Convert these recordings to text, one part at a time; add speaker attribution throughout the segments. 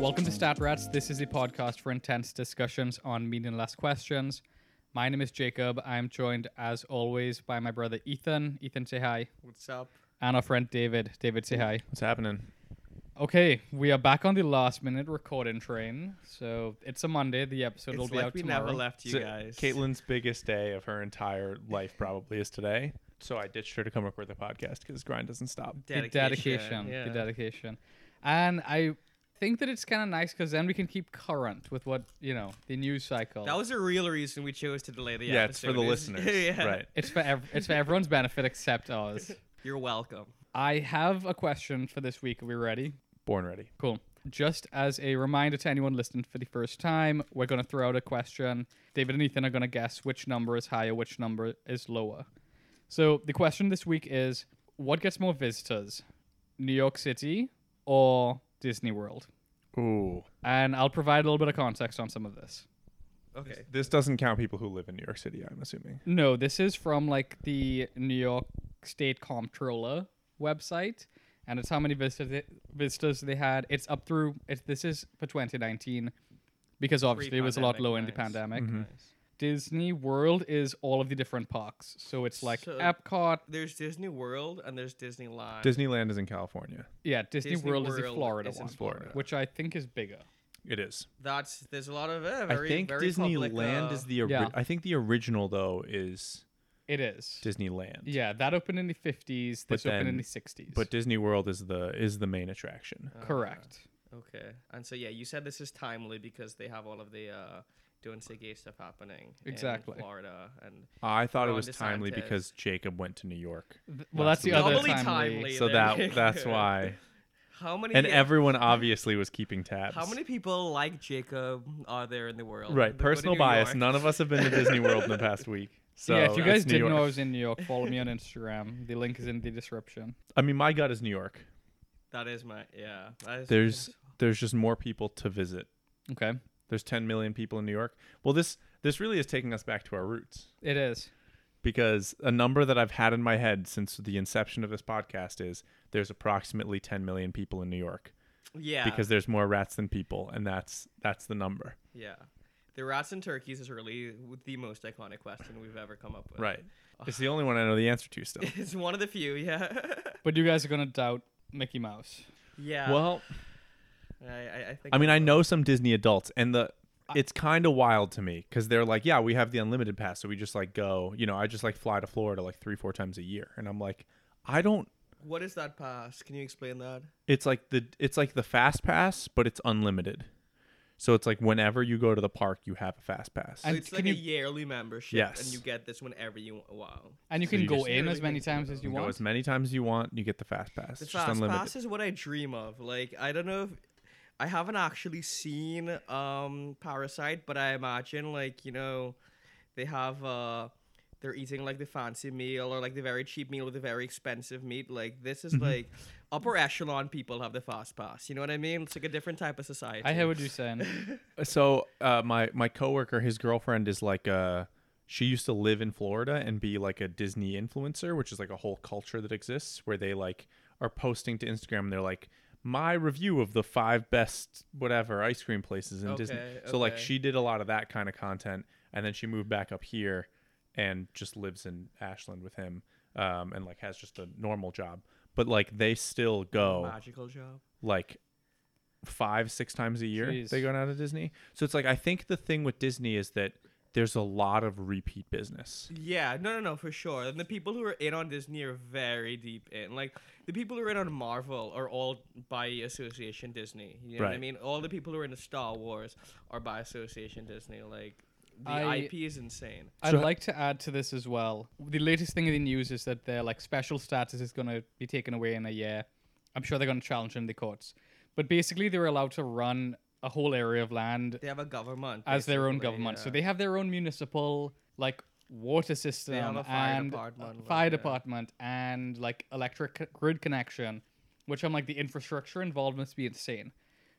Speaker 1: Welcome to Stat Rats. This is a podcast for intense discussions on meaningless questions. My name is Jacob. I'm joined, as always, by my brother Ethan. Ethan, say hi.
Speaker 2: What's up?
Speaker 1: And our friend David. David, say hi.
Speaker 3: What's happening?
Speaker 1: Okay, we are back on the last minute recording train. So it's a Monday. The episode will
Speaker 2: it's
Speaker 1: be
Speaker 2: like
Speaker 1: out
Speaker 2: we
Speaker 1: tomorrow.
Speaker 2: never left you
Speaker 3: So,
Speaker 2: guys.
Speaker 3: Caitlin's biggest day of her entire life probably is today. So I ditched her to come record the podcast because grind doesn't stop.
Speaker 1: the dedication.
Speaker 2: yeah.
Speaker 1: The dedication. And I think that it's kind of nice because then we can keep current with what, you know, the news cycle.
Speaker 2: That was a real reason we chose to delay the
Speaker 3: Yeah,
Speaker 2: episode.
Speaker 3: it's for the
Speaker 2: is-
Speaker 3: listeners.
Speaker 2: yeah.
Speaker 3: Right.
Speaker 1: it's for ev- it's for everyone's benefit except ours.
Speaker 2: You're welcome.
Speaker 1: I have a question for this week. Are we ready?
Speaker 3: Born ready.
Speaker 1: Cool. Just as a reminder to anyone listening for the first time, we're going to throw out a question. David and Ethan are going to guess which number is higher, which number is lower. So the question this week is what gets more visitors, New York City or Disney World?
Speaker 3: Ooh.
Speaker 1: And I'll provide a little bit of context on some of this.
Speaker 2: Okay.
Speaker 3: This doesn't count people who live in New York City, I'm assuming.
Speaker 1: No, this is from like the New York State Comptroller website, and it's how many visitors they, visitors they had. It's up through. It, this is for 2019, because obviously it was a lot
Speaker 2: Pre-pandemic,
Speaker 1: lower in the
Speaker 2: nice. Mm-hmm.
Speaker 1: pandemic.
Speaker 2: Nice.
Speaker 1: Disney World is all of the different parks, so it's like
Speaker 2: So-
Speaker 1: Epcot.
Speaker 2: There's Disney World and there's Disneyland.
Speaker 3: Disneyland is in California.
Speaker 1: Yeah, Disney,
Speaker 2: Disney
Speaker 1: World, is the
Speaker 2: World
Speaker 1: Florida
Speaker 2: is in
Speaker 1: one,
Speaker 3: Florida.
Speaker 1: which I think is bigger.
Speaker 3: It is.
Speaker 2: That's there's a lot of uh, very
Speaker 3: I think
Speaker 2: very
Speaker 3: Disneyland
Speaker 2: public, uh,
Speaker 3: is the ori-
Speaker 1: Yeah.
Speaker 3: I think the original though is
Speaker 1: It is.
Speaker 3: Disneyland.
Speaker 1: yeah, that opened in the 50s.
Speaker 3: But
Speaker 1: This opened in
Speaker 3: then-
Speaker 1: the 60s.
Speaker 3: But Disney World is the is the main attraction.
Speaker 2: uh,
Speaker 1: correct.
Speaker 2: Okay. And so yeah, you said this is timely because they have all of the uh, don't say gay stuff happening
Speaker 1: Exactly.
Speaker 2: in Florida and
Speaker 3: I thought it
Speaker 2: Ron
Speaker 3: was timely
Speaker 2: DeSantis.
Speaker 3: because Jacob went to New York.
Speaker 1: Th- well, that's the other
Speaker 2: Normally
Speaker 1: timely.
Speaker 2: timely.
Speaker 3: So
Speaker 2: There you
Speaker 3: that that's
Speaker 2: go.
Speaker 3: why.
Speaker 2: how many
Speaker 3: And everyone obviously was keeping tabs.
Speaker 2: how many people like Jacob are there in the world? They
Speaker 3: Right,
Speaker 2: go to
Speaker 3: personal
Speaker 2: New
Speaker 3: bias.
Speaker 2: York.
Speaker 3: None of us have been to Disney World in the past week. So
Speaker 1: yeah, if you guys
Speaker 3: it's New
Speaker 1: didn't know I
Speaker 3: York.
Speaker 1: was in New York, follow me on Instagram. The link is in the description.
Speaker 3: I mean, my gut is New York.
Speaker 2: That is my yeah. that is-
Speaker 3: There's there's just more people to visit.
Speaker 1: Okay.
Speaker 3: There's 10 million people in New York. Well, this this really is taking us back to our roots
Speaker 1: It is.
Speaker 3: because a number that I've had in my head since the inception of this podcast is there's approximately 10 million people in New York
Speaker 2: yeah
Speaker 3: because there's more rats than people, and that's that's the number.
Speaker 2: yeah. The rats and turkeys is really the most iconic question we've ever come up with.
Speaker 3: Right. It's the only one I know the answer to still.
Speaker 2: It's one of the few, yeah.
Speaker 1: But you guys are going to doubt Mickey Mouse.
Speaker 2: yeah.
Speaker 3: Well,
Speaker 2: I, I, I think
Speaker 3: I mean, I
Speaker 2: will.
Speaker 3: know some Disney adults, and the it's kind of wild to me because they're like, yeah, we have the unlimited pass, so we just like go. You know, I just like fly to Florida like three, four times a year, and I'm like, I don't.
Speaker 2: What is that pass? Can you explain that?
Speaker 3: It's like the it's like the fast pass, but it's unlimited. So it's like whenever you go to the park, you have a fast pass.
Speaker 2: So
Speaker 1: And
Speaker 2: it's
Speaker 1: can
Speaker 2: like a
Speaker 1: you-
Speaker 2: yearly membership, and
Speaker 3: Yes.
Speaker 2: you get this whenever you want. Wow.
Speaker 1: And you
Speaker 3: So
Speaker 1: can
Speaker 3: you
Speaker 1: go
Speaker 3: just-
Speaker 1: in
Speaker 2: Yeah,
Speaker 1: as
Speaker 2: we
Speaker 1: many
Speaker 2: can say
Speaker 1: times as
Speaker 2: that.
Speaker 1: you
Speaker 3: go
Speaker 1: want.
Speaker 3: as many times as you want, you get the fast pass.
Speaker 2: The
Speaker 3: It's just
Speaker 2: fast
Speaker 3: unlimited.
Speaker 2: pass is what I dream of. Like I don't know if I haven't actually seen um Parasite, but I imagine like you know they have uh they're eating like the fancy meal or like the very cheap meal with the very expensive meat. Like this
Speaker 3: Mm-hmm.
Speaker 2: is like upper echelon people have the fast pass. You know what I mean? It's like a different type of society.
Speaker 1: I hear what you're saying.
Speaker 3: So uh, my my coworker, his girlfriend is like uh she used to live in Florida and be like a Disney influencer, which is like a whole culture that exists where they like are posting to Instagram. And they're like my review of the five best whatever ice cream places in Disney.
Speaker 2: Okay,
Speaker 3: So like
Speaker 2: okay.
Speaker 3: she did a lot of that kind of content, and then she moved back up here and just lives in Ashland with him, um, and like has just a normal job. But like they still go
Speaker 2: Magical job.
Speaker 3: like five, six times a year
Speaker 1: Jeez.
Speaker 3: they go down to Disney. So it's like I think the thing with Disney is that there's a lot of repeat business.
Speaker 2: Yeah, no, no, no, for sure. And the people who are in on Disney are very deep in. Like the people who are in on Marvel are all by association Disney. You know what I
Speaker 3: Right.
Speaker 2: mean? All the people who are in Star Wars are by association Disney. Like the
Speaker 1: I-
Speaker 2: IP is insane.
Speaker 1: I'd
Speaker 3: So-
Speaker 1: like to add to this as well. The latest thing in the news is that their like special status is going to be taken away in a year. I'm sure they're going to challenge in the courts. But basically, they were allowed to run a whole area of land
Speaker 2: They have a government
Speaker 1: as their own
Speaker 2: basically,
Speaker 1: government. So
Speaker 2: yeah.
Speaker 1: they have their own municipal like water system
Speaker 2: have a fire
Speaker 1: and
Speaker 2: department, like,
Speaker 1: fire
Speaker 2: yeah.
Speaker 1: department and like electric c- grid connection, which I'm like the infrastructure involved must be insane.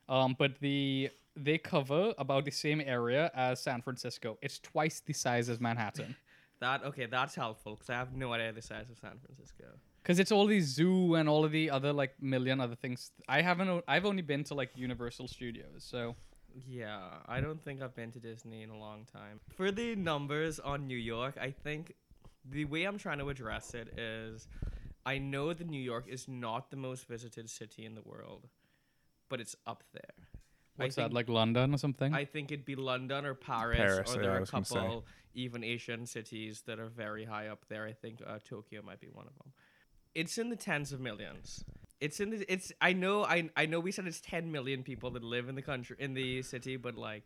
Speaker 1: Um, but the they cover about the same area as San Francisco. It's twice the size as Manhattan.
Speaker 2: that okay. That's helpful because I have no idea the size of San Francisco.
Speaker 1: Because it's all the zoo and all of the other like million other things. I haven't. o- I've only been to like Universal Studios, so
Speaker 2: Yeah, I don't think I've been to Disney in a long time. For the numbers on New York, I think the way I'm trying to address it is I know that New York is not the most visited city in the world, but it's up there. I
Speaker 1: what's that
Speaker 2: think-
Speaker 1: like London or something?
Speaker 2: I think it'd be London or Paris,
Speaker 3: Mm-hmm. Paris,
Speaker 2: or
Speaker 3: yeah,
Speaker 2: there
Speaker 3: I
Speaker 2: are a
Speaker 3: was gonna say.
Speaker 2: couple even Asian cities that are very high up there. I think uh, Tokyo might be one of them. It's in the tens of millions. It's in the it's I know I I know we said it's 10 million people that live in the country in the city, but like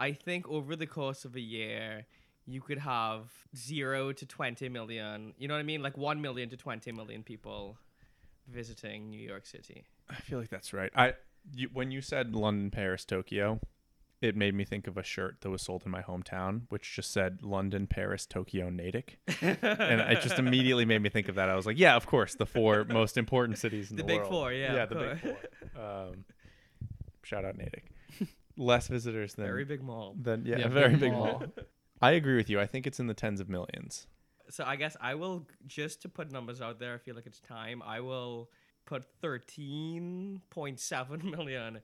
Speaker 2: I think over the course of a year you could have 0 to 20 million. You know what I mean? Like 1 million to 20 million people visiting New York City.
Speaker 3: I feel like that's right. I you, when you said London, Paris, Tokyo, it made me think of a shirt that was sold in my hometown, which just said London, Paris, Tokyo, Natick, and it just immediately made me think of that. I was like, yeah, of course, the four most important cities in
Speaker 2: The
Speaker 3: the,
Speaker 2: big
Speaker 3: world.
Speaker 2: four, yeah,
Speaker 3: yeah,
Speaker 2: of
Speaker 3: the big four. Um, shout out Natick. Less visitors than
Speaker 2: Very big mall.
Speaker 3: than yeah,
Speaker 1: Yeah,
Speaker 3: very
Speaker 1: big
Speaker 3: big
Speaker 1: mall.
Speaker 3: mall. I agree with you. I think it's in the tens of millions.
Speaker 2: So I guess I will just to put numbers out there. I feel like it's time. I will put thirteen point seven million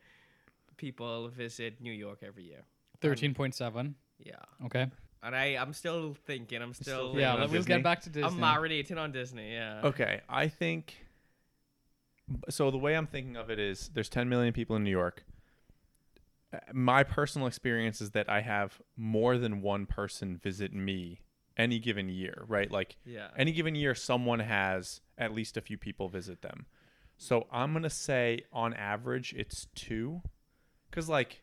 Speaker 2: people visit New York every year.
Speaker 1: Thirteen point seven.
Speaker 2: Yeah,
Speaker 1: Okay.
Speaker 2: and I I'm still thinking. I'm still
Speaker 1: yeah,
Speaker 3: on
Speaker 1: let- we'll
Speaker 3: Disney?
Speaker 1: get back to Disney.
Speaker 2: I'm marinating on Disney. Yeah.
Speaker 3: Okay, I think. So the way I'm thinking of it is, there's 10 million people in New York. Uh, My personal experience is that I have more than one person visit me any given year, right? Like
Speaker 2: Yeah.
Speaker 3: any given year, someone has at least a few people visit them. So I'm gonna say on average it's two, because like,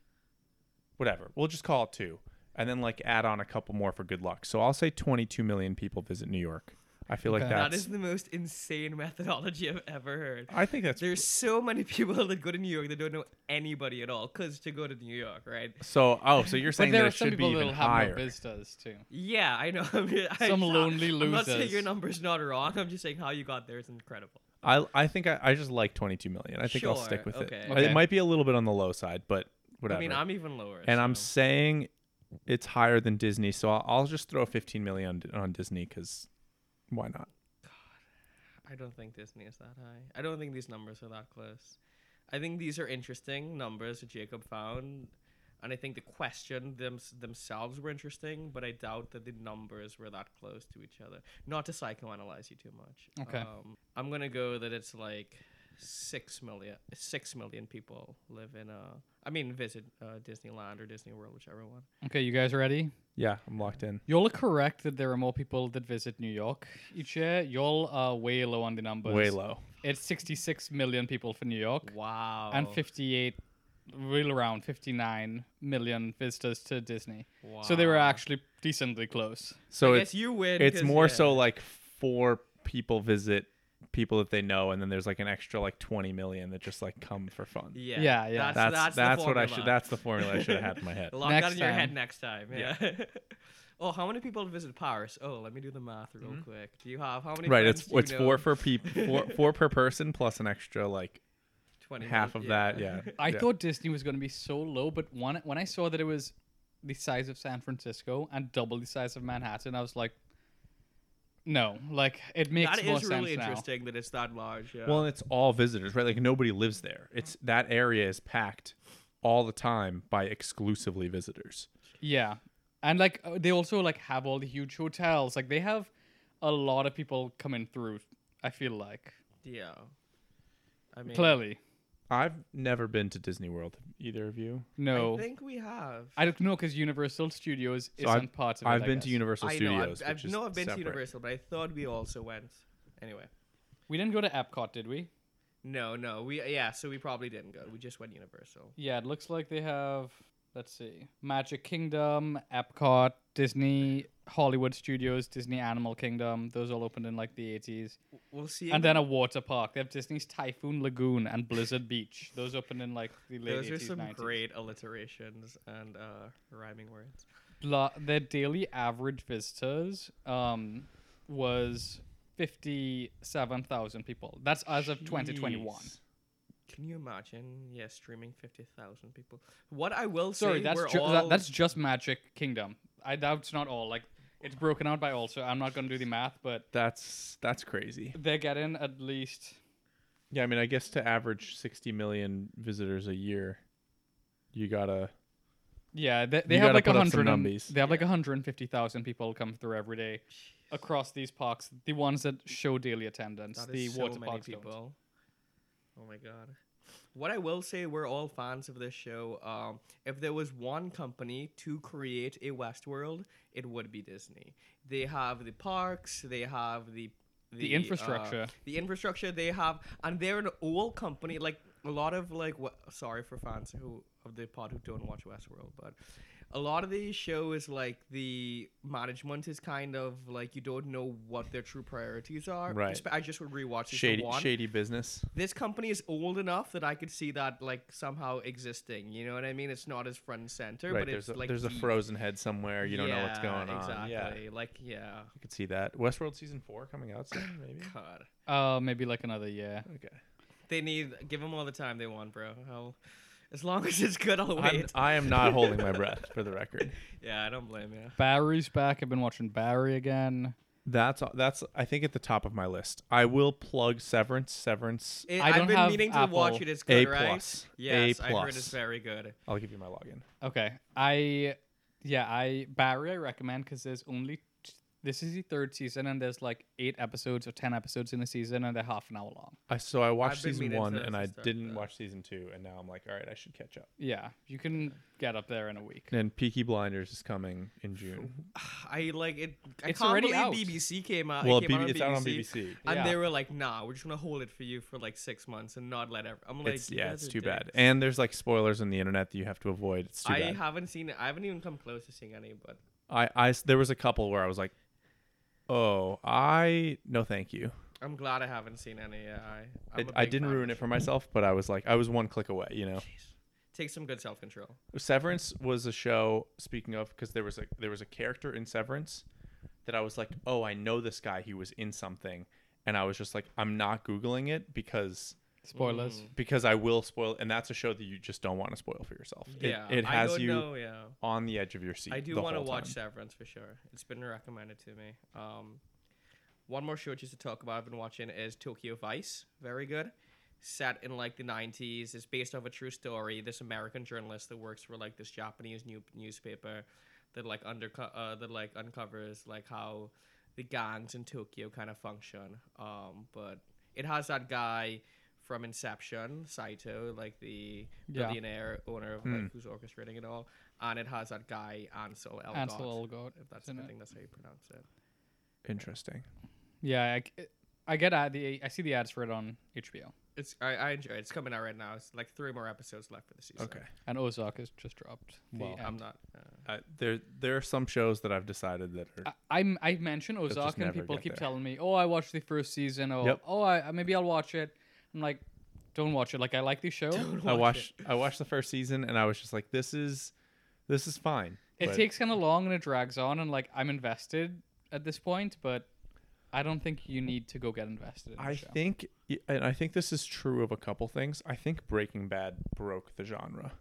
Speaker 3: whatever, we'll just call it two, and then like add on a couple more for good luck. So I'll say 22 million people visit New York. I feel like
Speaker 1: Okay.
Speaker 3: that's
Speaker 2: That is the most insane methodology I've ever heard.
Speaker 3: I think that's
Speaker 2: There's so many people that go to New York that don't know anybody at all, cause to go to New York, right?
Speaker 3: so. Oh, so you're
Speaker 1: But
Speaker 3: saying
Speaker 1: there
Speaker 3: that
Speaker 1: are
Speaker 3: it
Speaker 1: some
Speaker 3: should be
Speaker 1: people
Speaker 3: even
Speaker 1: that'll have no
Speaker 3: higher.
Speaker 1: visitors too.
Speaker 2: Yeah, I know. I mean, I-
Speaker 1: Some lonely
Speaker 2: I'm not saying
Speaker 1: losers.
Speaker 2: your number's not wrong. I'm just saying how you got there is incredible.
Speaker 3: I I think I, I just like 22 million. I think I'll
Speaker 2: Sure,
Speaker 3: stick with
Speaker 2: okay.
Speaker 3: it.
Speaker 1: Okay.
Speaker 3: It might be a little bit on the low side, but whatever.
Speaker 2: I mean, I'm even lower.
Speaker 3: and I'm
Speaker 2: so-
Speaker 3: saying it's higher than Disney, so I'll, I'll just throw 15 million on, on Disney because why not?
Speaker 2: I don't think Disney is that high. I don't think these numbers are that close. I think these are interesting numbers that Jacob found, and I think the question them- themselves were interesting, but I doubt that the numbers were that close to each other. Not to psychoanalyze you too much.
Speaker 1: Okay.
Speaker 2: Um, I'm gonna go that it's like six million. Six million people live in uh, I mean, visit uh, Disneyland or Disney World, whichever one.
Speaker 1: Okay, you guys ready?
Speaker 3: Yeah, I'm locked in.
Speaker 1: Y'all are correct that there are more people that visit New York each year. Y'all are way low on the numbers.
Speaker 3: Way low.
Speaker 1: It's 66 million people for New York
Speaker 2: Wow.
Speaker 1: and 58, real around 59 million visitors to Disney. So they were
Speaker 2: Wow.
Speaker 1: actually decently close.
Speaker 3: So
Speaker 2: I
Speaker 3: it's
Speaker 2: guess you win.
Speaker 3: it's
Speaker 2: 'cause,
Speaker 3: more
Speaker 2: yeah.
Speaker 3: so like four people visit people that they know, and then there's like an extra like 20 million that just like come for fun.
Speaker 2: Yeah,
Speaker 1: Yeah, yeah.
Speaker 3: That's
Speaker 2: that's,
Speaker 3: that's,
Speaker 2: the
Speaker 3: what
Speaker 2: formula.
Speaker 3: I should. That's the formula I should have had in my head.
Speaker 2: Lock that
Speaker 1: Next
Speaker 2: in your head
Speaker 1: time.
Speaker 2: next time. Yeah. oh, how many people visit Paris? Oh, let me do the math real quick. Do you have how many?
Speaker 3: Mm-hmm. right
Speaker 2: friends
Speaker 3: it's
Speaker 2: do you
Speaker 3: it's four
Speaker 2: know?
Speaker 3: for people four, four per person plus an extra like
Speaker 2: twenty.
Speaker 3: half of
Speaker 2: people,
Speaker 3: that yeah
Speaker 1: I
Speaker 3: Yeah.
Speaker 1: thought Disney was going to be so low, but one, when I saw that it was the size of San Francisco and double the size
Speaker 3: Mm.
Speaker 1: of Manhattan, I was like, no, like it makes
Speaker 2: That
Speaker 1: more
Speaker 2: is
Speaker 1: sense
Speaker 2: really
Speaker 1: now.
Speaker 2: interesting that it's that large. Yeah.
Speaker 3: well and it's all visitors right like nobody lives there it's that area is packed all the time by exclusively visitors
Speaker 1: Yeah, and like uh, they also like have all the huge hotels. Like they have a lot of people coming through. I feel like
Speaker 2: yeah. I mean,
Speaker 1: clearly
Speaker 3: i've never been to disney world either of you
Speaker 1: no.
Speaker 2: I think we have.
Speaker 1: I don't know because Universal Studios
Speaker 3: So
Speaker 1: isn't
Speaker 3: I've-
Speaker 1: part of it.
Speaker 3: i've
Speaker 1: I
Speaker 3: been
Speaker 1: guess.
Speaker 3: to universal
Speaker 2: I know. I've,
Speaker 3: studios
Speaker 2: I've,
Speaker 3: which is
Speaker 2: no, I've been
Speaker 3: separate.
Speaker 2: to Universal, but I thought we also went. Anyway,
Speaker 1: We didn't go to Epcot, did we?
Speaker 2: no, no, we yeah. So we probably didn't go. We just went Universal.
Speaker 1: Yeah, it looks like they have. Let's see, Magic Kingdom, Epcot, Disney, Hollywood Studios, Disney Animal Kingdom. Those all opened in like the eighties,
Speaker 2: We'll see.
Speaker 1: and then a water park. They have Disney's Typhoon Lagoon and Blizzard Beach. Those opened in like the late
Speaker 2: those are
Speaker 1: eighties,
Speaker 2: some
Speaker 1: nineties.
Speaker 2: great alliterations and uh, rhyming words.
Speaker 1: la- their daily average visitors um was 57,000 people. That's as of 2021.
Speaker 2: Jeez. Can you imagine? Yeah, streaming fifty thousand people. What I will
Speaker 1: Sorry,
Speaker 2: say,
Speaker 1: that's
Speaker 2: we're
Speaker 1: ju-
Speaker 2: all
Speaker 1: that, that's just Magic Kingdom. I that's not all. Like It's broken out by also. I'm not going to do the math, but
Speaker 3: That's that's crazy.
Speaker 1: they're getting at least
Speaker 3: Yeah, I mean, I guess to average 60 million visitors a year, you gotta.
Speaker 1: Yeah, they, they
Speaker 3: You
Speaker 1: have
Speaker 3: gotta
Speaker 1: like
Speaker 3: put up some
Speaker 1: hundred.
Speaker 3: numbies.
Speaker 1: They have like hundred and fifty thousand people come through every day across these parks. The ones that show daily attendance,
Speaker 2: That
Speaker 1: the
Speaker 2: is
Speaker 1: water
Speaker 2: so many
Speaker 1: parks don't.
Speaker 2: people. Oh my god. What I will say, we're all fans of this show. Um, if there was one company to create a Westworld, it would be Disney. They have the parks, they have the
Speaker 1: The
Speaker 2: uh,
Speaker 1: infrastructure.
Speaker 2: the infrastructure they have, and they're an old company. Like a lot of like, wha- sorry for fans who of the pod who don't watch Westworld, but a lot of the show is like the management is kind of like you don't know what their true priorities are.
Speaker 3: Right.
Speaker 2: Espe- I just would rewatch season
Speaker 3: Shady,
Speaker 2: one.
Speaker 3: shady business.
Speaker 2: This company is old enough that I could see that like somehow existing. You know what I mean? It's not as front and center,
Speaker 3: Right,
Speaker 2: but
Speaker 3: there's
Speaker 2: it's
Speaker 3: a,
Speaker 2: like
Speaker 3: there's a
Speaker 2: deep.
Speaker 3: frozen head somewhere. You don't know what's
Speaker 2: Yeah,
Speaker 3: going on. Yeah,
Speaker 2: Exactly. Like yeah.
Speaker 3: I could see that. Westworld season four coming out soon, maybe.
Speaker 2: God.
Speaker 1: Uh, maybe like another year.
Speaker 3: Okay.
Speaker 2: They need give them all the time they want, bro. I'll, as long as it's good, I'll
Speaker 3: I'm,
Speaker 2: wait.
Speaker 3: I am not holding my breath for the record.
Speaker 2: yeah, I don't blame you.
Speaker 1: Barry's back. I've been watching Barry again.
Speaker 3: That's that's I think at the top of my list. I will plug Severance. Severance.
Speaker 2: It,
Speaker 1: I
Speaker 2: I've
Speaker 1: don't
Speaker 2: been
Speaker 1: have
Speaker 2: meaning to watch
Speaker 1: Apple.
Speaker 2: it. It's
Speaker 3: A
Speaker 2: good, right?
Speaker 3: plus. A
Speaker 2: Yes, I heard it's
Speaker 3: plus.
Speaker 2: very good.
Speaker 3: I'll give you my login.
Speaker 1: Okay, I yeah, I Barry I recommend because there's only t- this is the third season and there's like eight episodes or ten episodes in the season and they're half an hour long.
Speaker 3: I so I watched
Speaker 2: I've been
Speaker 3: season
Speaker 2: meaning
Speaker 3: one
Speaker 2: to-
Speaker 3: and
Speaker 2: to
Speaker 3: I
Speaker 2: start
Speaker 3: didn't
Speaker 2: that.
Speaker 3: watch season two, and now I'm like, all right, I should catch up.
Speaker 1: Yeah, you can get up there in a week.
Speaker 3: And Peaky Blinders is coming in June.
Speaker 2: I like it. I
Speaker 1: It's
Speaker 2: can't
Speaker 1: already
Speaker 2: believe
Speaker 1: out.
Speaker 2: BBC came out. it
Speaker 3: well,
Speaker 2: came
Speaker 3: B-
Speaker 2: out on
Speaker 3: it's out on BBC.
Speaker 2: And
Speaker 1: Yeah.
Speaker 2: they were like, "Nah, we're just gonna hold it for you for like six months and not let ever." I'm like,
Speaker 3: it's
Speaker 2: "You
Speaker 3: yeah,
Speaker 2: guys
Speaker 3: it's
Speaker 2: are
Speaker 3: too bad.
Speaker 2: dicks."
Speaker 3: And there's like spoilers on the internet that you have to avoid. It's too
Speaker 2: I
Speaker 3: bad.
Speaker 2: haven't seen. it. I haven't even come close to seeing any. But
Speaker 3: I, I s- there was a couple where I was like, oh, I no, thank you.
Speaker 2: I'm glad I haven't seen any. Yeah, I
Speaker 3: I,
Speaker 2: I'm a
Speaker 3: I
Speaker 2: big
Speaker 3: didn't
Speaker 2: fan.
Speaker 3: ruin it for myself, but I was like, I was one click away. You know,
Speaker 2: Take some good self control.
Speaker 3: Severance was a show. Speaking of, because there was a there was a character in Severance that I was like, oh, I know this guy. He was in something, and I was just like, I'm not googling it because
Speaker 1: Spoilers.
Speaker 3: because I will spoil, and that's a show that you just don't want to spoil for yourself. It-
Speaker 2: Yeah,
Speaker 3: it, has
Speaker 2: I don't
Speaker 3: you
Speaker 2: Know, yeah,
Speaker 3: on the edge of your seat.
Speaker 2: I do
Speaker 3: the
Speaker 2: want to
Speaker 3: whole
Speaker 2: watch
Speaker 3: time.
Speaker 2: Severance for sure. It's been recommended to me. Um, one more show just to talk about I've been watching is Tokyo Vice. Very good. Set in like the 90s. It's based off a true story. This American journalist that works for like this Japanese new newspaper that like underco- uh, that like uncovers like how the gangs in Tokyo kind of function. Um, but it has that guy from Inception, Saito, like the
Speaker 1: Yeah.
Speaker 2: billionaire owner of
Speaker 3: Hmm.
Speaker 2: like who's orchestrating it all, and it has that guy Ansel
Speaker 3: oh
Speaker 2: Elgort.
Speaker 1: Ansel Elgort,
Speaker 2: if that's
Speaker 1: isn't
Speaker 2: I
Speaker 1: it?
Speaker 2: think that's how you pronounce it.
Speaker 3: Interesting.
Speaker 1: Yeah, I, c- I get ad, the I see the ads for it on HBO.
Speaker 2: It's I, I enjoy it. It's coming out right now. It's like three more episodes left for the season.
Speaker 3: Okay.
Speaker 1: And Ozark has just dropped. the
Speaker 3: Well,
Speaker 1: end.
Speaker 2: I'm not. Uh,
Speaker 3: Uh, there there are some shows that I've decided that are
Speaker 1: I, I'm I mention
Speaker 3: just
Speaker 1: Ozark and
Speaker 3: never
Speaker 1: people
Speaker 3: get
Speaker 1: keep
Speaker 3: there.
Speaker 1: telling me, "Oh, I watched the first season," or
Speaker 3: Yep.
Speaker 1: "Oh, I I- maybe I'll watch it." I'm like, "Don't watch it." Like I like the show.
Speaker 3: I watched I watched the first season and I was just like, this is this is fine.
Speaker 1: It
Speaker 3: but
Speaker 1: takes kind of long and it drags on, and like I'm invested at this point, but I don't think you need to go get invested. In the
Speaker 3: I
Speaker 1: show.
Speaker 3: think and I think this is true of a couple things. I think Breaking Bad broke the genre.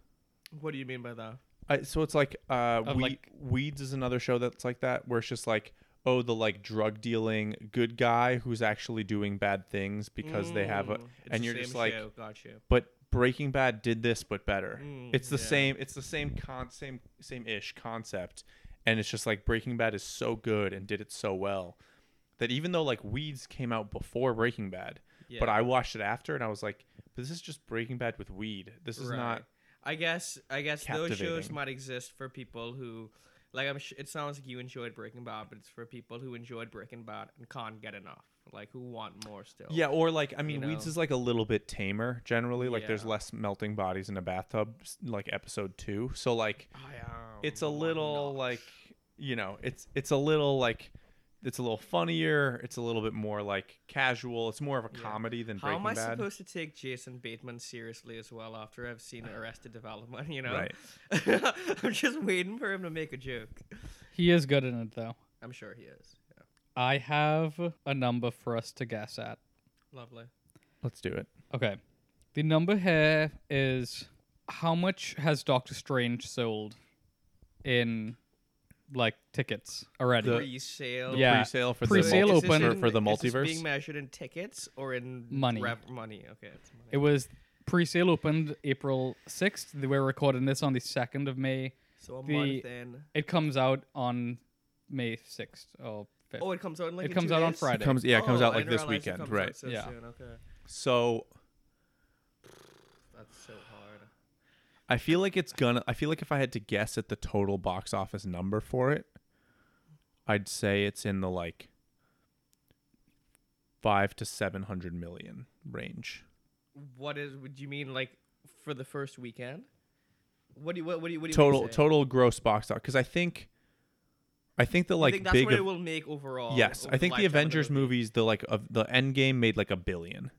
Speaker 2: What do you mean by that?
Speaker 3: I, so it's like uh
Speaker 1: Of,
Speaker 3: Wee-
Speaker 1: like-
Speaker 3: Weeds is another show that's like that where it's just like oh the like drug dealing good guy who's actually doing bad things because they have a
Speaker 2: Mm, it's
Speaker 3: and
Speaker 2: the
Speaker 3: you're
Speaker 2: same
Speaker 3: just like
Speaker 2: show. got you.
Speaker 3: but Breaking Bad did this but better.
Speaker 2: Mm,
Speaker 3: it's the
Speaker 2: yeah.
Speaker 3: same. It's the same con same same ish concept, and it's just like Breaking Bad is so good and did it so well that even though like Weeds came out before Breaking Bad,
Speaker 2: Yeah.
Speaker 3: but I watched it after and I was like, this is just Breaking Bad with weed. This is not.
Speaker 2: I guess. I guess those shows
Speaker 3: captivating.
Speaker 2: might exist for people who, like, I'm. Sh- it sounds like you enjoyed Breaking Bad, but it's for people who enjoyed Breaking Bad and can't get enough, like who want more still.
Speaker 3: Yeah, or like I mean,
Speaker 2: You
Speaker 3: Weeds
Speaker 2: know.
Speaker 3: is like a little bit tamer generally. Like there's
Speaker 2: Yeah.
Speaker 3: less melting bodies in a bathtub, s- like episode two. So like
Speaker 2: I am.
Speaker 3: it's a
Speaker 2: one
Speaker 3: little
Speaker 2: notch.
Speaker 3: like you know it's it's a little like it's a little funnier it's a little bit more like casual it's more of a comedy than
Speaker 2: How
Speaker 3: breaking
Speaker 2: am I
Speaker 3: bad
Speaker 2: supposed to take Jason Bateman seriously as well after I've seen Arrested Development? You know,
Speaker 3: Right.
Speaker 2: I'm just waiting for him to make a joke.
Speaker 1: he is good in it though.
Speaker 2: I'm sure he is. Yeah.
Speaker 1: I have a number for us to guess at.
Speaker 2: Lovely.
Speaker 3: let's do it
Speaker 1: Okay. The number here is how much has Doctor Strange sold in like tickets already.
Speaker 2: pre-sale.
Speaker 1: Yeah.
Speaker 3: Pre-sale for
Speaker 1: Pre-sale
Speaker 3: the
Speaker 2: Is
Speaker 3: multi-
Speaker 2: this
Speaker 1: open-
Speaker 3: for, for the
Speaker 2: is this
Speaker 3: multiverse.
Speaker 2: being measured in tickets or in
Speaker 1: Money.
Speaker 2: rev- money. Okay. It's money.
Speaker 1: It was pre-sale opened April 6th. They were recording this on the 2nd of May.
Speaker 2: so a
Speaker 1: the-
Speaker 2: month in.
Speaker 1: It comes out on May 6th or 5th.
Speaker 2: Oh, it comes out in like
Speaker 1: it
Speaker 2: in
Speaker 1: comes
Speaker 2: two
Speaker 1: out on
Speaker 2: days?
Speaker 1: Friday.
Speaker 3: It comes yeah, it comes
Speaker 2: Oh,
Speaker 3: out
Speaker 2: I
Speaker 3: like
Speaker 2: didn't
Speaker 3: this
Speaker 2: realize it
Speaker 3: weekend,
Speaker 2: comes out
Speaker 3: right?
Speaker 2: so
Speaker 1: Yeah.
Speaker 2: soon, Okay.
Speaker 3: So
Speaker 2: That's so hard.
Speaker 3: I feel like it's gonna. I feel like if I had to guess at the total box office number for it, I'd say it's in the like five to seven hundred million range.
Speaker 2: What is? Would you mean like for the first weekend? What do you? What, what do you? What do you?
Speaker 3: Total
Speaker 2: mean
Speaker 3: total gross box office. Because I think, I think the like
Speaker 2: I think that's
Speaker 3: big.
Speaker 2: what
Speaker 3: of-
Speaker 2: it will make overall.
Speaker 3: yes,
Speaker 2: over
Speaker 3: I think the
Speaker 2: lifetime of
Speaker 3: Avengers
Speaker 2: movie.
Speaker 3: movies, the like of the End Game made like a billion.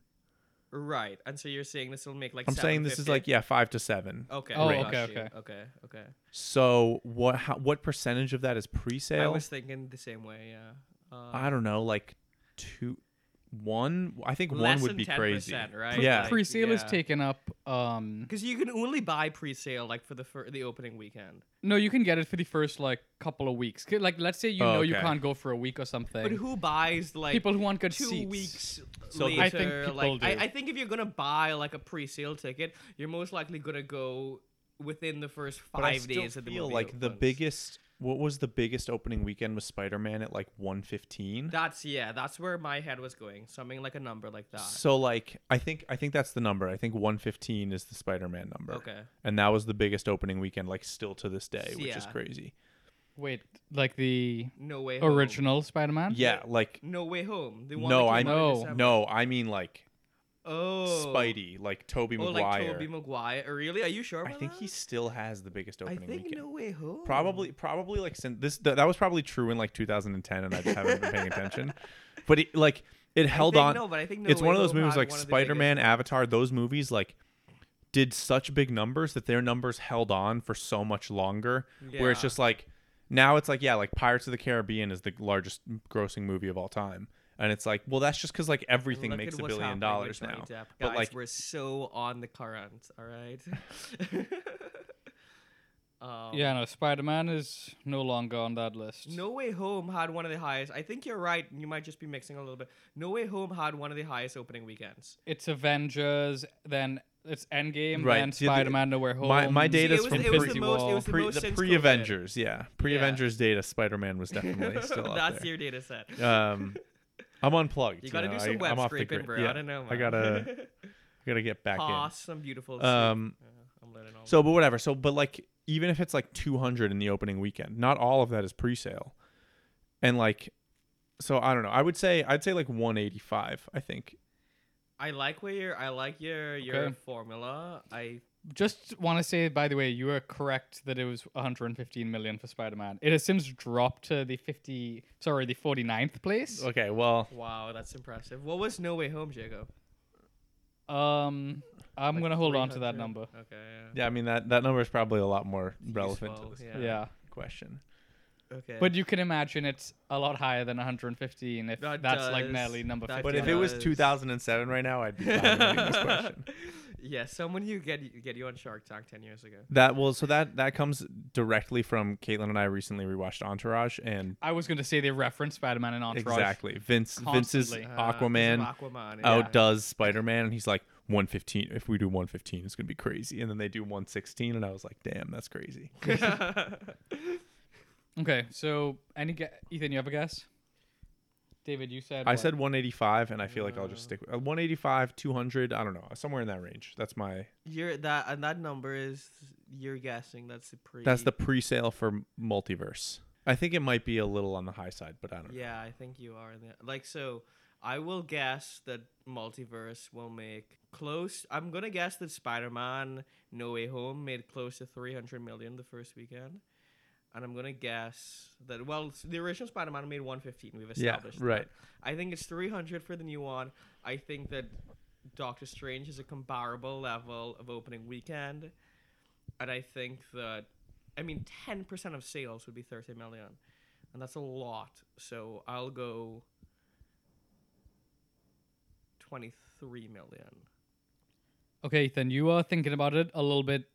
Speaker 2: Right, and so you're saying this will make like.
Speaker 3: I'm saying this is
Speaker 2: 750?
Speaker 3: like yeah, five to seven.
Speaker 2: Okay.
Speaker 1: Oh,
Speaker 2: I
Speaker 1: okay,
Speaker 2: got you.
Speaker 1: okay.
Speaker 2: Okay. Okay.
Speaker 3: So what how, what percentage of that is
Speaker 2: I
Speaker 3: pre-sale?
Speaker 2: was thinking the same way. Yeah. Uh,
Speaker 3: I don't know, like two, one. I think one
Speaker 2: Less
Speaker 3: would
Speaker 2: than
Speaker 3: be crazy,
Speaker 2: 10%, right?
Speaker 3: Yeah,
Speaker 2: Like,
Speaker 1: Pre-sale is
Speaker 2: yeah.
Speaker 1: taken up. Um,
Speaker 2: Because you can only buy pre-sale like for the fir- the opening weekend.
Speaker 1: no, you can get it for the first like couple of weeks. 'Cause, Like, let's say you
Speaker 3: Oh,
Speaker 1: know you
Speaker 3: okay.
Speaker 1: can't go for a week or
Speaker 2: But
Speaker 1: something.
Speaker 2: who buys like
Speaker 1: People who want good
Speaker 2: two
Speaker 1: seats.
Speaker 2: weeks
Speaker 3: So the-
Speaker 2: later?
Speaker 1: I think people
Speaker 2: like
Speaker 1: do.
Speaker 2: I, I think if you're gonna buy like a pre-sale ticket, you're most likely gonna go within the first five
Speaker 3: But I still
Speaker 2: days of the
Speaker 3: feel
Speaker 2: movie
Speaker 3: like the
Speaker 2: opens.
Speaker 3: biggest. What was the biggest opening weekend with Spider-Man at like one fifteen?
Speaker 2: That's yeah. That's where my head was going. Something like a number like that.
Speaker 3: So like, I think I think that's the number. I think one fifteen is the Spider-Man number.
Speaker 2: Okay.
Speaker 3: and that was the biggest opening weekend, like still to this day, which is
Speaker 2: Yeah.
Speaker 3: crazy.
Speaker 1: Wait, like the
Speaker 2: no way. Home.
Speaker 1: original Spider-Man?
Speaker 3: Yeah, like
Speaker 2: No way home. The one
Speaker 3: No,
Speaker 2: that
Speaker 3: I
Speaker 2: came out in
Speaker 1: know.
Speaker 2: December.
Speaker 3: no, I mean like
Speaker 2: Oh.
Speaker 3: Spidey, like Toby
Speaker 2: Oh,
Speaker 3: Maguire.
Speaker 2: like Tobey Maguire. Really? Are you sure?
Speaker 3: I
Speaker 2: about
Speaker 3: think
Speaker 2: that?
Speaker 3: he still has the biggest
Speaker 2: I
Speaker 3: opening
Speaker 2: think
Speaker 3: weekend.
Speaker 2: No Way Home.
Speaker 3: Probably, probably like since this th- that was probably true in like 2010, and I just haven't been paying attention. But it, like it held
Speaker 2: think
Speaker 3: on.
Speaker 2: no, but I think No
Speaker 3: it's
Speaker 2: Way
Speaker 3: one of those
Speaker 2: Home
Speaker 3: movies
Speaker 2: had
Speaker 3: like
Speaker 2: one of the
Speaker 3: Spider Man, Avatar. Those movies like did such big numbers that their numbers held on for so much longer. Where it's
Speaker 2: Yeah.
Speaker 3: just like now it's like yeah, like Pirates of the Caribbean is the largest grossing movie of all time, and it's like well that's just because like everything
Speaker 2: Look
Speaker 3: makes
Speaker 2: at
Speaker 3: a
Speaker 2: what's
Speaker 3: billion
Speaker 2: happening with
Speaker 3: dollars
Speaker 2: Johnny
Speaker 3: now.
Speaker 2: Depp.
Speaker 3: But
Speaker 2: Guys,
Speaker 3: like
Speaker 2: we're so on the current, all right? um,
Speaker 1: Yeah, no, Spider-Man is no longer on that list.
Speaker 2: No Way Home had one of the highest. I think you're right. You might just be mixing a little bit. No Way Home had one of the highest opening weekends.
Speaker 1: It's Avengers, then it's Endgame,
Speaker 3: Right,
Speaker 1: then
Speaker 3: see, the-
Speaker 1: Spider-man No Way Home.
Speaker 3: my- my
Speaker 2: See,
Speaker 3: data's
Speaker 2: it was,
Speaker 3: from
Speaker 2: it was
Speaker 1: Infinity
Speaker 2: the most,
Speaker 1: War.
Speaker 2: it was the,
Speaker 3: pre
Speaker 2: most
Speaker 3: the
Speaker 2: since
Speaker 3: pre Avengers, yeah, pre
Speaker 2: Yeah.
Speaker 3: Avengers data Spider Man was definitely
Speaker 2: COVID.
Speaker 3: still up
Speaker 2: That's
Speaker 3: there.
Speaker 2: your data set.
Speaker 3: um i'm unplugged
Speaker 2: you gotta
Speaker 3: know,
Speaker 2: do some
Speaker 3: I,
Speaker 2: web
Speaker 3: am off the
Speaker 2: scraping,
Speaker 3: grid.
Speaker 2: bro.
Speaker 3: yeah,
Speaker 2: I don't know. Man.
Speaker 3: i gotta gotta get back
Speaker 2: pause some beautiful.
Speaker 3: in um
Speaker 2: sleep. Yeah, I'm learning all.
Speaker 3: so but whatever so but like even if it's like 200 in the opening weekend not all of that is pre-sale and like so i don't know i would say i'd say like 185 i think
Speaker 2: I like where you're. I like your your
Speaker 1: Okay.
Speaker 2: formula. I
Speaker 1: Just want to say, by the way, you are correct that it was 115 million for Spider-Man. It has since dropped to the 50, sorry, the 49th place.
Speaker 3: okay well
Speaker 2: wow, that's impressive. What was No Way Home, Jacob?
Speaker 1: Um, I'm
Speaker 2: Like
Speaker 1: gonna hold on to that
Speaker 2: 300?
Speaker 1: number.
Speaker 2: Okay.
Speaker 3: yeah i mean that that number is probably a lot more relevant
Speaker 2: Useful,
Speaker 3: to this
Speaker 2: yeah.
Speaker 1: Yeah.
Speaker 3: question
Speaker 2: Okay.
Speaker 1: but you can imagine it's a lot higher than 115 if
Speaker 2: That
Speaker 1: that's like
Speaker 2: does-
Speaker 1: nearly number 50.
Speaker 2: that
Speaker 3: but if
Speaker 1: now.
Speaker 3: it was
Speaker 2: Because-
Speaker 3: 2007 right now i'd be dominating this question
Speaker 2: yeah, someone who get get you on Shark Tank ten years ago.
Speaker 3: that well so that that comes directly from caitlin and i recently rewatched entourage and
Speaker 1: I was gonna say they referenced Spider-Man and Entourage.
Speaker 3: Exactly. Vince
Speaker 1: Constantly.
Speaker 3: Vince's
Speaker 2: Uh, this is
Speaker 3: Aquaman
Speaker 2: Aquaman. yeah.
Speaker 3: outdoes Spider Man and he's like 115 if we do 115 it's going to be crazy and then they do 116 and I was like damn that's crazy.
Speaker 1: Okay, so any gue- Ethan, you have a guess? David, you said
Speaker 3: I
Speaker 1: what?
Speaker 3: said 185 and I feel like I'll just stick with uh, 185 200 I don't know somewhere in that range. That's my
Speaker 2: you're that and that number is you're guessing. That's the pre.
Speaker 3: that's the pre-sale for Multiverse. I think it might be a little on the high side but I don't know.
Speaker 2: Yeah, I think you are. in the- Like so, I will guess that multiverse will make close. I'm gonna guess that Spider-Man: No Way Home made close to 300 million the first weekend, and I'm gonna guess that well, s- the original Spider-Man made 115. We've
Speaker 3: Yeah,
Speaker 2: established. that.
Speaker 3: right.
Speaker 2: I think it's 300 for the new one. I think that Doctor Strange is a comparable level of opening weekend, and I think that, I mean, 10% of sales would be 30 million, and that's a lot. So I'll go 23 million.
Speaker 1: Okay, Ethan, you are thinking about it a little bit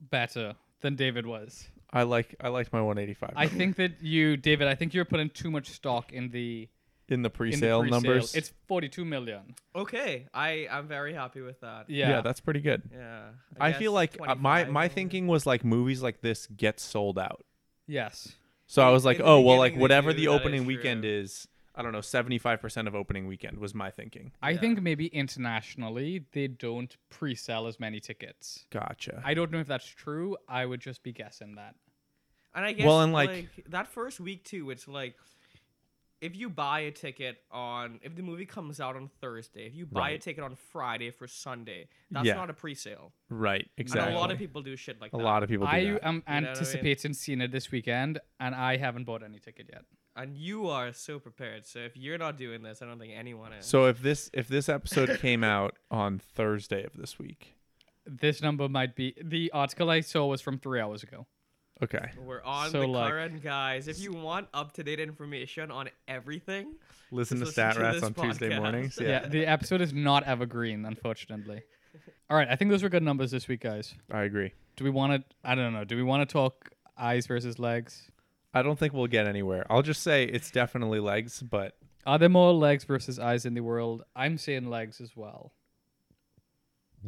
Speaker 1: better than David was.
Speaker 3: I like I liked my 185
Speaker 1: I think that you, David, I think you're putting too much stock in the
Speaker 3: in the
Speaker 1: in the
Speaker 3: pre-sale
Speaker 1: pre-sale.
Speaker 3: numbers.
Speaker 1: It's 42 million.
Speaker 2: Okay, I I'm very happy with that.
Speaker 1: Yeah.
Speaker 3: yeah. that's pretty good.
Speaker 2: Yeah.
Speaker 3: I, feel
Speaker 2: guess
Speaker 3: like uh, my
Speaker 2: 25
Speaker 3: my
Speaker 2: is-
Speaker 3: thinking was like movies like this get sold out.
Speaker 1: Yes.
Speaker 3: So I
Speaker 2: In-
Speaker 3: was like,
Speaker 2: in the
Speaker 3: oh well,
Speaker 2: beginning
Speaker 3: like
Speaker 2: they
Speaker 3: whatever
Speaker 2: do,
Speaker 3: the
Speaker 2: that is
Speaker 3: opening weekend
Speaker 2: true.
Speaker 3: is, I don't know, seventy five percent of opening weekend was my thinking.
Speaker 1: I
Speaker 2: Yeah.
Speaker 1: think maybe internationally they don't pre-sell as many tickets.
Speaker 3: Gotcha.
Speaker 1: I don't know if that's true. I would just be guessing that.
Speaker 2: And I guess
Speaker 3: Well, and,
Speaker 2: like,
Speaker 3: like-
Speaker 2: that first week too, it's like if you buy a ticket on if the movie comes out on Thursday, if you buy a
Speaker 3: Right.
Speaker 2: ticket on Friday for Sunday, that's
Speaker 3: Yeah.
Speaker 2: not a pre-sale.
Speaker 3: right. Exactly.
Speaker 2: And a lot of people do shit like
Speaker 3: A
Speaker 2: that.
Speaker 3: lot of people do
Speaker 1: I
Speaker 3: that.
Speaker 1: am
Speaker 2: I mean?
Speaker 1: anticipating seeing it this weekend, and I haven't bought any ticket yet.
Speaker 2: and you are so prepared. So if you're not doing this, I don't think anyone is.
Speaker 3: So if this if this episode came out on Thursday of this week,
Speaker 1: This number might be the article I saw was from three hours ago.
Speaker 3: okay,
Speaker 2: we're on
Speaker 1: so,
Speaker 2: the
Speaker 1: like-
Speaker 2: current guys. If you want up to date information on everything,
Speaker 3: listen to
Speaker 2: Just listen
Speaker 3: Stat
Speaker 2: to
Speaker 3: Rats
Speaker 2: this
Speaker 3: on Tuesday
Speaker 2: podcast.
Speaker 3: mornings.
Speaker 1: Yeah.
Speaker 3: Yeah,
Speaker 1: the episode is not evergreen, unfortunately. All right, I think those were good numbers this week, guys.
Speaker 3: I agree.
Speaker 1: Do we want to? I don't know. Do we want to talk eyes versus legs?
Speaker 3: I don't think we'll get anywhere. I'll just say it's definitely legs, but
Speaker 1: Are there more legs versus eyes in the world? I'm saying legs as well.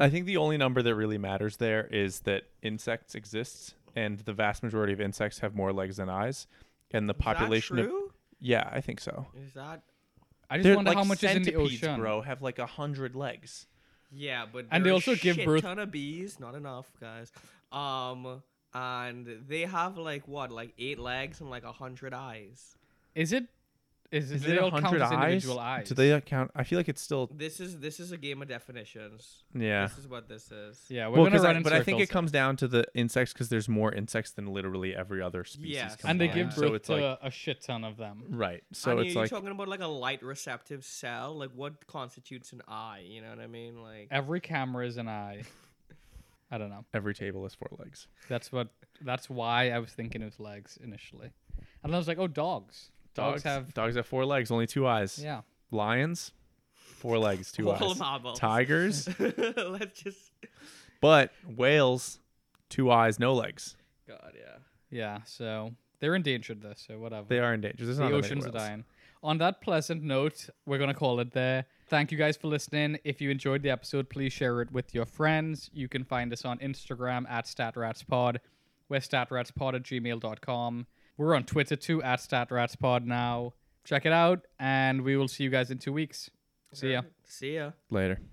Speaker 3: I think the only number that really matters there is that insects exist, and the vast majority of insects have more legs than eyes, and the population
Speaker 2: Is
Speaker 3: of
Speaker 2: that true?
Speaker 3: yeah, I think so.
Speaker 2: Is that
Speaker 1: I just
Speaker 3: They're
Speaker 1: wonder
Speaker 3: like
Speaker 1: how much is in the
Speaker 3: centipedes,
Speaker 1: ocean.
Speaker 3: bro. Have like a hundred legs.
Speaker 2: Yeah, but
Speaker 1: And they
Speaker 2: there are
Speaker 1: also give
Speaker 2: shit
Speaker 1: birth-
Speaker 2: ton of bees, not enough guys. Um, and they have like what, like eight legs and like a hundred eyes.
Speaker 1: Is it? Is,
Speaker 3: Is
Speaker 1: do they
Speaker 3: it
Speaker 1: all
Speaker 3: a
Speaker 1: count
Speaker 3: hundred
Speaker 1: as
Speaker 3: eyes?
Speaker 1: individual eyes?
Speaker 3: Do they count? I feel like it's still
Speaker 2: This is this is a game of definitions.
Speaker 3: yeah.
Speaker 2: This is what this is.
Speaker 1: Yeah, we're
Speaker 3: Well,
Speaker 1: gonna
Speaker 3: 'cause
Speaker 1: run
Speaker 3: I,
Speaker 1: in
Speaker 3: but I think it
Speaker 1: circles.
Speaker 3: comes down to the insects because there's more insects than literally every other species.
Speaker 2: Yes.
Speaker 1: and they
Speaker 3: combined.
Speaker 1: give birth
Speaker 3: so it's
Speaker 1: to
Speaker 3: like
Speaker 1: a shit ton of them.
Speaker 3: right. So
Speaker 2: and you,
Speaker 3: it's like
Speaker 2: you're talking about like a light receptive cell. Like what constitutes an eye? You know what I mean? Like
Speaker 1: Every camera is an eye. I don't know.
Speaker 3: every table has four legs.
Speaker 1: That's what. That's why I was thinking it was legs initially, and I was like, oh, dogs. Dogs, have.
Speaker 3: dogs have four legs, only two eyes.
Speaker 1: Yeah.
Speaker 3: Lions, four legs, two
Speaker 2: all
Speaker 3: eyes.
Speaker 2: marbles.
Speaker 3: Tigers,
Speaker 2: Let's just.
Speaker 3: but whales, two eyes, no legs.
Speaker 2: God, yeah.
Speaker 1: Yeah. So they're endangered, though. So whatever.
Speaker 3: They are endangered. There's
Speaker 1: the
Speaker 3: not that many
Speaker 1: oceans are
Speaker 3: whales.
Speaker 1: dying. On that pleasant note, we're going to call it there. Thank you guys for listening. If you enjoyed the episode, please share it with your friends. You can find us on Instagram at StatRatsPod. We're StatRatsPod at gmail.com. We're on Twitter too at StatRatsPod now. Check it out, and we will see you guys in two weeks. See ya.
Speaker 2: See ya.
Speaker 3: Later.